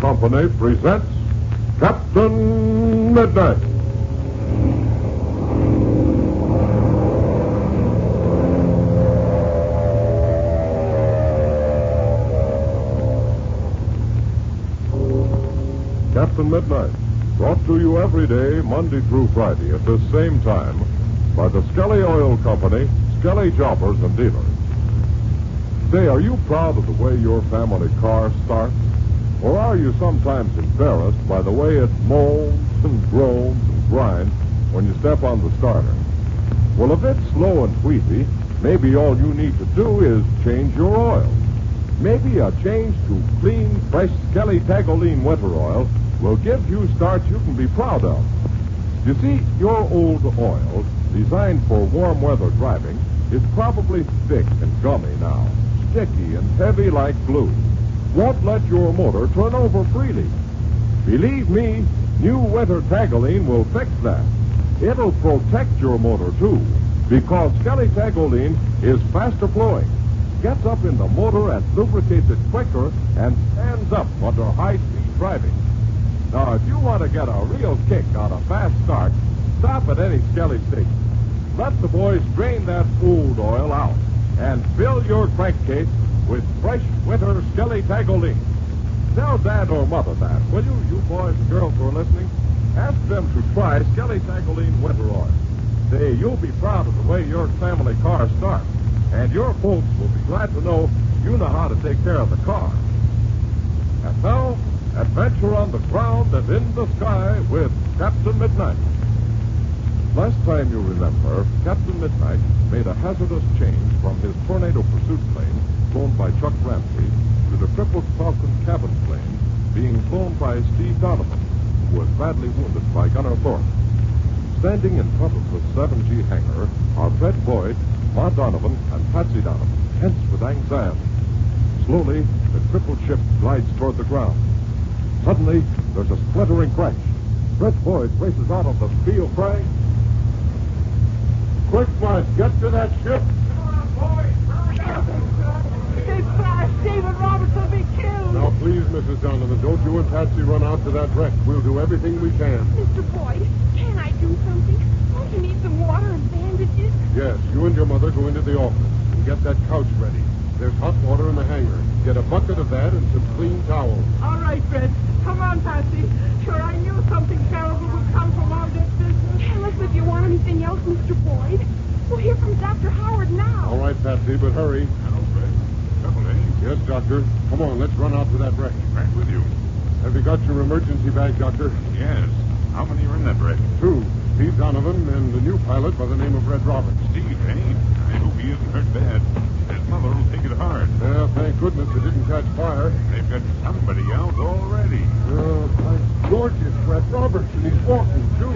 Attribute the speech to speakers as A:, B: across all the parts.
A: Company presents Captain Midnight. Captain Midnight, brought to you every day, Monday through Friday, at this same time, by the Skelly Oil Company, Skelly Jobbers and Dealers. Say, are you proud of the way your family car starts? Or are you sometimes embarrassed by the way it moans and groans and grinds when you step on the starter? Well, if it's slow and wheezy, maybe all you need to do is change your oil. Maybe a change to clean, fresh Skelly Tagoline winter oil will give you starts you can be proud of. You see, your old oil, designed for warm weather driving, is probably thick and gummy now, sticky and heavy like glue. Won't let your motor turn over freely. Believe me, new winter Tagoline will fix that. It'll protect your motor, too, because Skelly Tagoline is faster flowing, gets up in the motor and lubricates it quicker, and stands up under high speed driving. Now, if you want to get a real kick on a fast start, stop at any Skelly station. Let the boys drain that old oil out and fill your crankcase with fresh winter Skelly Tagoline. Tell Dad or Mother that, will you? You boys and girls who are listening, ask them to try Skelly Tagoline Winter Oil. Say, you'll be proud of the way your family car starts, and your folks will be glad to know you know how to take care of the car. And now, adventure on the ground and in the sky with Captain Midnight. Last time you remember, Captain Midnight made a hazardous change from his tornado pursuit plane, flown by Chuck Ramsey, to the crippled Falcon cabin plane, being flown by Steve Donovan, who was badly wounded by Gunner Thorpe. Standing in front of the 7G hangar are Fred Boyd, Ma Donovan, and Patsy Donovan, tense with anxiety. Slowly, the crippled ship glides toward the ground. Suddenly, there's a splintering crash. Fred Boyd races out of the field crying, Quick, Mud, get to that ship.
B: Stay fast! David Roberts will be killed!
A: Now, please, Mrs. Donovan, don't you and Patsy run out to that wreck. We'll do everything we can.
B: Mr. Boyd, can I do something? Don't you need some water and bandages?
A: Yes, you and your mother go into the office and get that couch ready. There's hot water in the hangar. Get a bucket of that and some clean towels.
B: All right, Fred. Come on, Patsy. Sure, I knew something terrible would come from all this business. Tell us if you want anything else, Mr. Boyd. We'll hear from Dr. Howard now.
A: All right, Patsy, but hurry. Yes, Doctor. Come on, let's run out to that wreck.
C: Right with you.
A: Have you got your emergency bag, Doctor?
C: Yes. How many are in that wreck?
A: Two. Steve Donovan and the new pilot by the name of Red Roberts.
C: Steve, eh? I hope he isn't hurt bad. His mother will take it hard.
A: Well, thank goodness it didn't catch fire.
C: They've got somebody out already.
A: Oh, by George, it's Red Roberts, and he's walking, too.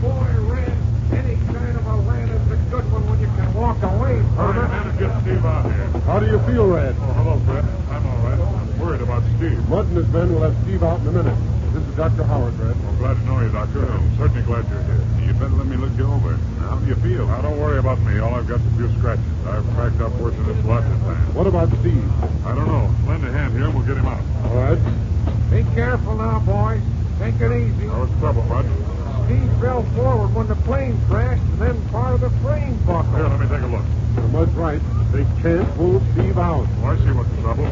D: boy, Red, any kind of a land is a good one when you can walk away from it.
C: get Steve out here.
A: How do you feel, Red?
C: Oh, hello, Fred. I'm all right. I'm worried about Steve.
A: Mudd and his men will have Steve out in a minute. This is Dr. Howard, Red.
C: I'm glad to know you, Doctor. I'm certainly glad you're here. You'd better let me look you over. How do you feel? Now, don't worry about me. All I've got's a few scratches. I've cracked up worse than this lots of times.
A: What about Steve?
C: I don't know. Lend a hand here and we'll get him out.
A: All right.
D: Be careful now, boys. Take it easy.
C: Now, what's trouble, Bud?
D: Steve fell forward when the plane crashed, and then part of the frame
C: Here,
D: buckled.
C: let me take a look.
A: Mudd's right. They can't pull Steve out.
C: Oh, I see what's the trouble.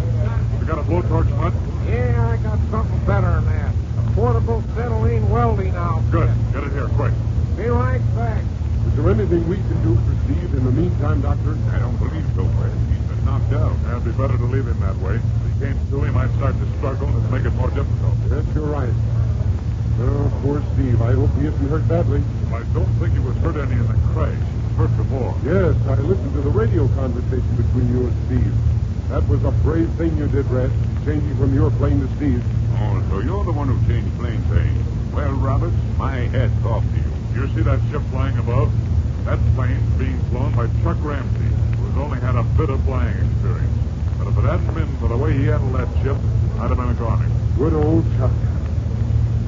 C: We got a blowtorch, Bud?
D: Yeah, I got something better than that. A portable acetylene welding outfit.
C: Good. Get it here, quick.
D: Be right back.
A: Is there anything we can do for Steve in the meantime, Doctor?
C: I don't believe so, Fred. He's been knocked out. It'd be better to leave him that way. If he came to him, I'd start to struggle and make it more difficult.
A: Yes, you're right. Oh, poor Steve. I hope he isn't hurt badly.
C: I don't think he was hurt any in the crash. He was hurt before.
A: Yes, I listened to the radio conversation between you and Steve. That was a brave thing you did, Red, changing from your plane to Steve's.
C: Oh, so you're the one who changed planes, eh? Well, Roberts, my hat's off to you. You see that ship flying above? That plane's being flown by Chuck Ramsey, who's only had a bit of flying experience. But if it hadn't been for the way he handled that ship, I'd have been a goner.
A: Good old Chuck.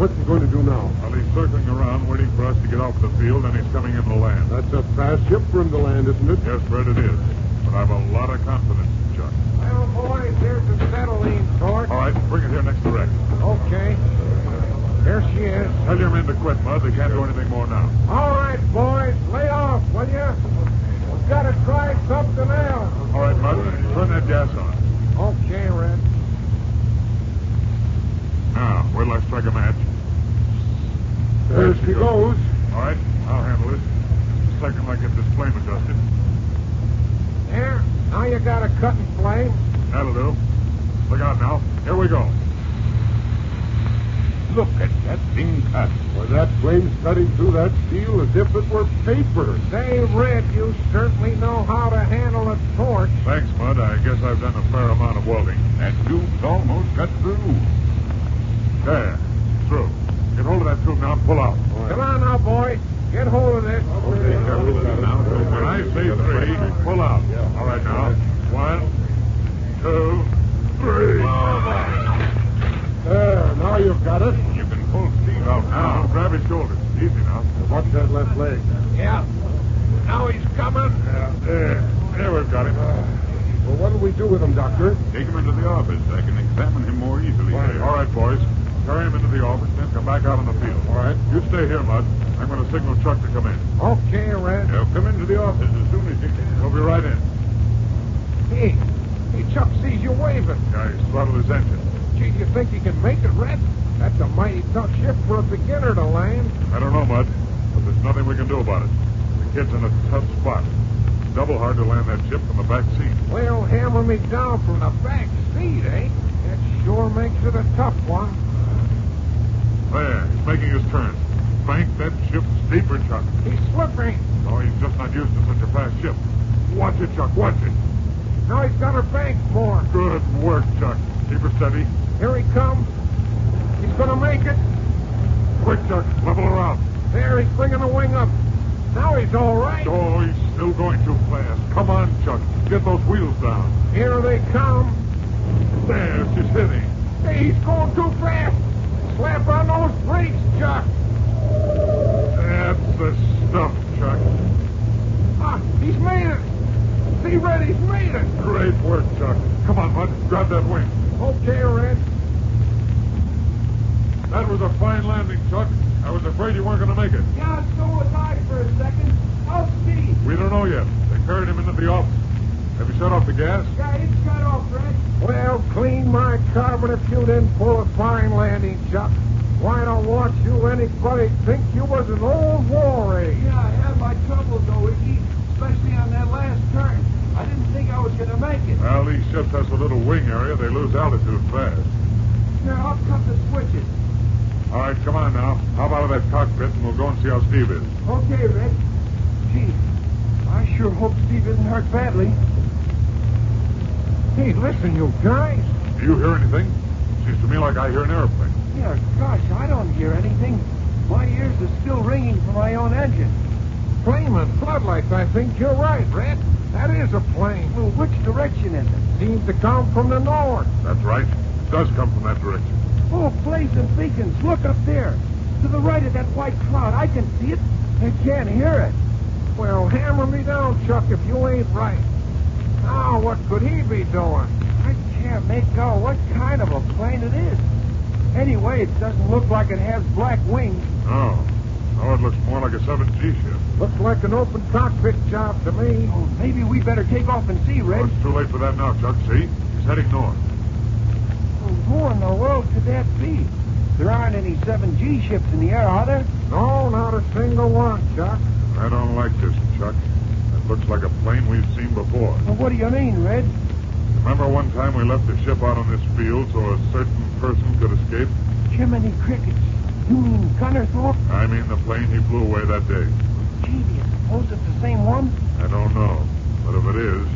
A: What's he going to do now?
C: Well, he's circling around, waiting for us to get off the field, and he's coming in to land.
A: That's a fast ship for him to land, isn't it?
C: Yes, Fred, it is. But I've a lot of confidence in Chuck.
A: Well, boys, here's the Cetalene sort.
C: All right, bring it here next to Rex.
A: Okay. Here she is.
C: Tell your men to quit, Bud. They can't do anything more now.
A: All right, boys, lay off, will you? We've got to try something else.
C: All right, Bud, turn that gas on.
A: Okay, Red.
C: Now, where will I strike a match?
E: There she goes.
C: All right, I'll handle this. The second I get this flame adjusted.
A: There. Now you got a cut and flame.
C: That'll do. Look out now. Here we go. Look at that thing cut.
E: Why, that flame's cutting through that steel as if it were paper.
A: Say, Red, you certainly know how to handle a torch.
C: Thanks, Bud. I guess I've done a fair amount of welding. That tube's almost cut through. There. Through. Get hold of that tube now and pull out.
A: Come on now, boys. Get hold of this.
C: When I say three, pull out. All right, now. One, two, three.
E: There, now you've got it.
C: You can pull Steve out now. Grab his shoulders. Easy now.
E: Watch that left leg.
A: Yeah. Now he's coming.
C: There. There we've got him.
E: Well, what do we do with him, Doctor?
C: Take him into the office. I can examine him more easily. All right, boys. Carry him into the office, then come back out on the field. All right. You stay here, Bud. I'm going to signal Chuck to come in.
A: Okay, Red.
C: Now come into the office as soon as you can. He'll be right in.
A: Hey, hey, Chuck sees you waving.
C: Now he's throttled his engine.
A: Gee, do you think he can make it, Red? That's a mighty tough ship for a beginner to land.
C: I don't know, Bud, but there's nothing we can do about it. The kid's in a tough spot. Double hard to land that ship from the back seat.
A: Well, hammer me down from the back seat, eh? That sure makes it a tough one.
C: There, he's making his turn. Bank that ship steeper, Chuck.
A: He's slipping.
C: No, he's just not used to such a fast ship. Watch it, Chuck. Watch it.
A: Now he's got her bank more.
C: Good work, Chuck. Keep her steady.
A: Here he comes. He's going to make it.
C: Quick, Chuck. Level her out.
A: There, he's bringing the wing up. Now he's all right.
C: Oh, he's still going too fast. Come on, Chuck. Get those wheels down.
A: Here they come.
C: There, she's hitting.
A: Hey, he's going too fast. Slap on those brakes, Chuck.
C: That's the stuff, Chuck.
A: Ah, he's made it. See, Red, he's made it.
C: Great work, Chuck. Come on, Bud. Grab that wing.
A: Okay, Red.
C: That was a fine landing, Chuck. I was afraid you weren't going to make it.
A: Yeah, so was I for a second. How's Steve?
C: We don't know yet. They carried him into the office. Have you shut off the gas?
A: Yeah, it's cut off, Red. Well, clean my carbon if you didn't pull a fine landing, Chuck. Why don't want you anybody think you was an old war ace?
D: Yeah, I had my troubles though, Iggy, especially on that last turn. I didn't think I was going to make it.
C: Well, these ships has a little wing area. They lose altitude fast.
D: Here, I'll cut the switches.
C: All right, come on now. Hop out of that cockpit and we'll go and see how Steve is.
D: Okay, Red. Gee, I sure hope Steve isn't hurt badly.
A: Hey, listen, you guys.
C: Do you hear anything? Seems to me like I hear an airplane.
D: Yeah, gosh, I don't hear anything. My ears are still ringing for my own engine.
A: Flame and floodlights, I think you're right, Red. That is a plane.
D: Well, which direction is it?
A: Seems to come from the north.
C: That's right. It does come from that direction.
D: Oh, blazing beacons. Look up there. To the right of that white cloud. I can see it. I can't hear it.
A: Well, hammer me down, Chuck, if you ain't right. Now, what could he be doing?
D: I can't make out what kind of a plane it is. Anyway, it doesn't look like it has black wings.
C: No. No, Oh. it looks more like a 7G ship.
A: Looks like an open cockpit job to me.
D: Oh, maybe we better take off and see,
C: Oh,
D: Red.
C: it's too late for that now, Chuck. See? He's heading north.
D: Oh, who in the world could that be? There aren't any 7G ships in the air, are there?
A: No, not a single one, Chuck.
C: I don't like this, Chuck. That looks like a plane we've seen before.
D: Well, what do you mean, Red?
C: Remember one time we left the ship out on this field so a certain person could escape?
D: Jiminy crickets. You mean Gunnerthorpe?
C: I mean the plane he flew away that day.
D: Gee, do you suppose it's the same one?
C: I don't know. But if it is,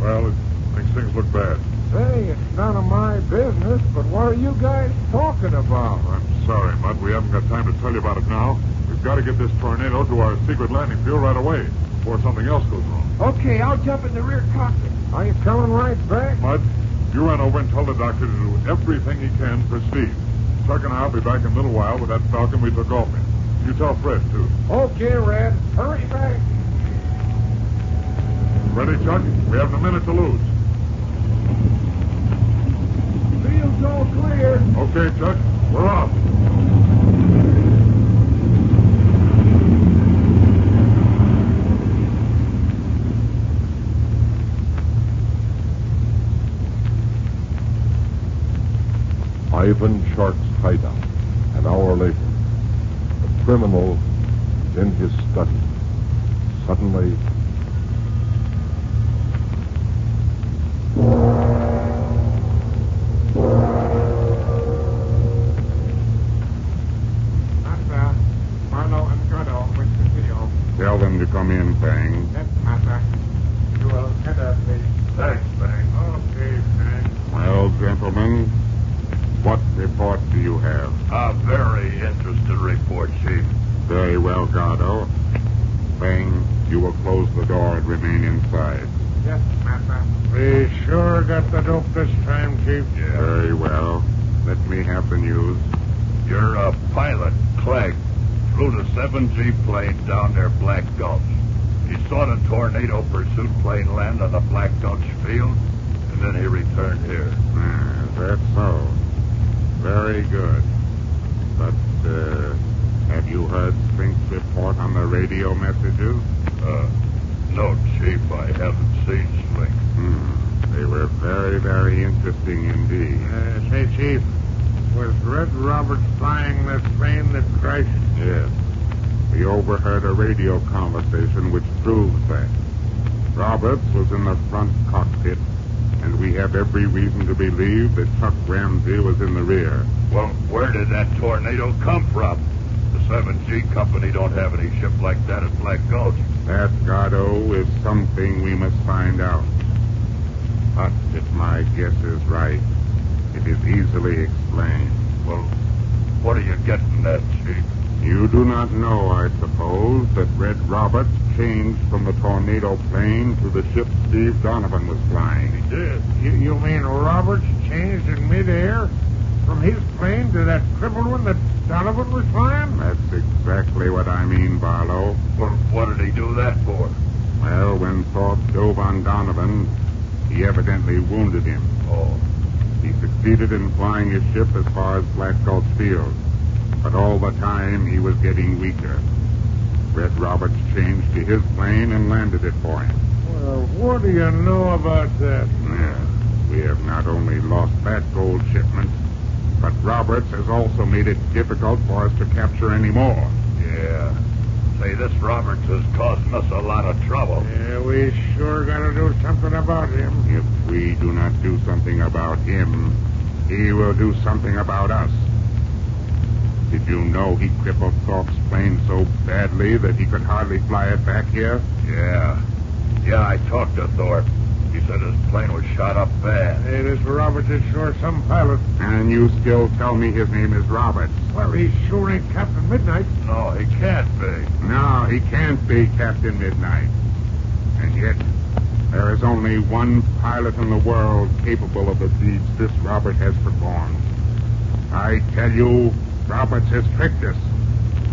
C: well, it makes things look bad.
A: Say, it's none of my business, but what are you guys talking about?
C: Oh, I'm sorry, Mud. We haven't got time to tell you about it now. We've got to get this tornado to our secret landing field right away before something else goes wrong.
D: Okay, I'll jump in the rear cockpit.
A: Are you coming right back?
C: Mud, you run over and tell the doctor to do everything he can for Steve. Chuck and I'll be back in a little while with that Falcon we took off in. You tell Fred, too.
A: Okay, Red. Hurry back.
C: Ready, Chuck? We haven't a minute to lose.
D: Field's all clear.
C: Okay, Chuck, we're off.
A: Ivan Shark's hideout. An hour later, the criminal is in his study. Suddenly,
D: Master, Marlowe uh, and Goodall wish to see you.
C: Tell them to come in, Fang.
D: Yes, Master. You will enter, please.
C: Thanks, Fang.
D: Okay, thanks.
C: Well, gentlemen, what report do you have?
F: A very interesting report, Chief.
C: Very well, Gardo. Fang, you will close the door and remain inside.
D: Yes, Master.
C: We sure got the dope this time, Chief. Very well. Let me have the news.
F: You're a pilot, Clegg. Flew the 7G plane down near Black Gulch. He saw the tornado pursuit plane land on the Black Gulch field, and then he returned here.
C: Ah, that's so. Very good. But, uh, have you heard Spink's report on the radio messages?
F: Uh, no, Chief, I haven't seen Slink.
C: Hmm. They were very, very interesting indeed.
D: Uh, say, Chief, was Red Roberts flying the plane that crashed?
C: Yes. We overheard a radio conversation which proves that. Roberts was in the front cockpit, and we have every reason to believe that Chuck Ramsey was in the rear.
F: Well, where did that tornado come from? The 7G company don't have any ship like that at Black Gulch.
C: That, Gardo, is something we must find out. But if my guess is right, it is easily explained.
F: Well, what are you getting at, Chief?
C: You do not know, I suppose, that Red Roberts changed from the tornado plane to the ship Steve Donovan was flying.
F: Did.
D: You, you mean Roberts changed in midair from his plane to that crippled one that Donovan was flying?
C: That's exactly what I mean, Barlow.
F: Well, what did he do that for?
C: Well, when Thorpe dove on Donovan, he evidently wounded him.
F: Oh,
C: He succeeded in flying his ship as far as Black Gulch Field, but all the time he was getting weaker. Red Roberts changed to his plane and landed it for him.
D: Well, what do you know about that?
C: Yeah. We have not only lost that gold shipment, but Roberts has also made it difficult for us to capture any more.
F: yeah. Say, this Roberts is causing us a lot of trouble.
D: Yeah, we sure gotta do something about him.
C: If we do not do something about him, he will do something about us. Did you know he crippled Thorpe's plane so badly that he could hardly fly it back here?
F: Yeah. Yeah, I talked to Thorpe. He said his plane was shot up bad.
D: Hey, this Roberts is sure some pilot.
C: And you still tell me his name is Roberts.
D: Well, he sure ain't Captain Midnight.
F: No, he can't be.
C: No, he can't be Captain Midnight. And yet, there is only one pilot in the world capable of the deeds this Robert has performed. I tell you, Roberts has tricked us.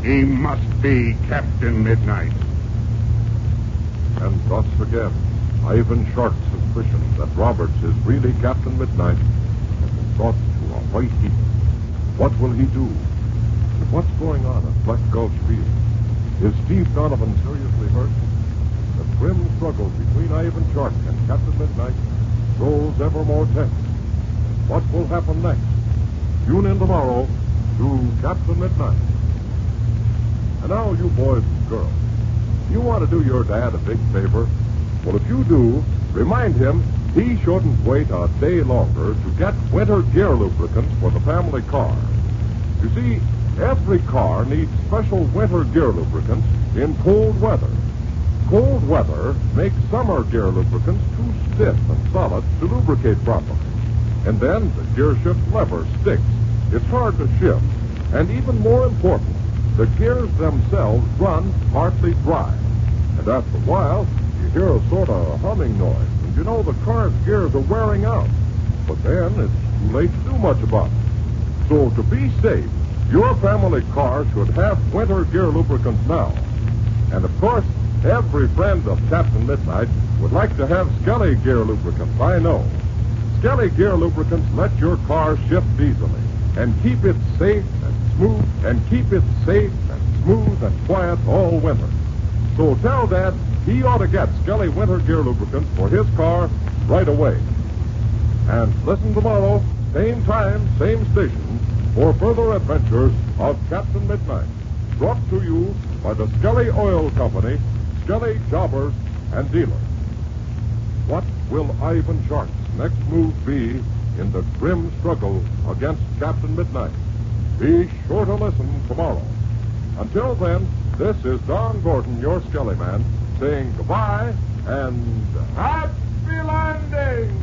C: He must be Captain Midnight.
A: and thus again, Ivan Shark's suspicion that Roberts is really Captain Midnight has been brought to a white heat. What will he do? What's going on at Black Gulch Field? Is Steve Donovan seriously hurt? The grim struggle between Ivan Shark and Captain Midnight grows ever more tense. What will happen next? Tune in tomorrow to Captain Midnight. And now, you boys and girls, you want to do your dad a big favor? Well, if you do, remind him he shouldn't wait a day longer to get winter gear lubricants for the family car. You see, every car needs special winter gear lubricants in cold weather. Cold weather makes summer gear lubricants too stiff and solid to lubricate properly. And then the gear shift lever sticks. It's hard to shift. And even more important, the gears themselves run partly dry. And after a while, you hear a sort of humming noise, and you know the car's gears are wearing out. But then it's too late to do much about it. So to be safe, your family car should have winter gear lubricants now. And of course, every friend of Captain Midnight would like to have Skelly gear lubricants, I know.
C: Skelly Gear Lubricants let your car shift easily and keep it safe and smooth and keep it safe and smooth and quiet all winter. So tell Dad he ought to get Skelly Winter Gear Lubricants for his car right away. And listen tomorrow, same time, same station, for further adventures of Captain Midnight. Brought to you by the Skelly Oil Company, Skelly Jobbers and Dealers. What will Ivan Sharp's next move be in the grim struggle against Captain Midnight? Be sure to listen tomorrow. Until then, this is Don Gordon, your Skelly Man, saying goodbye and happy landing!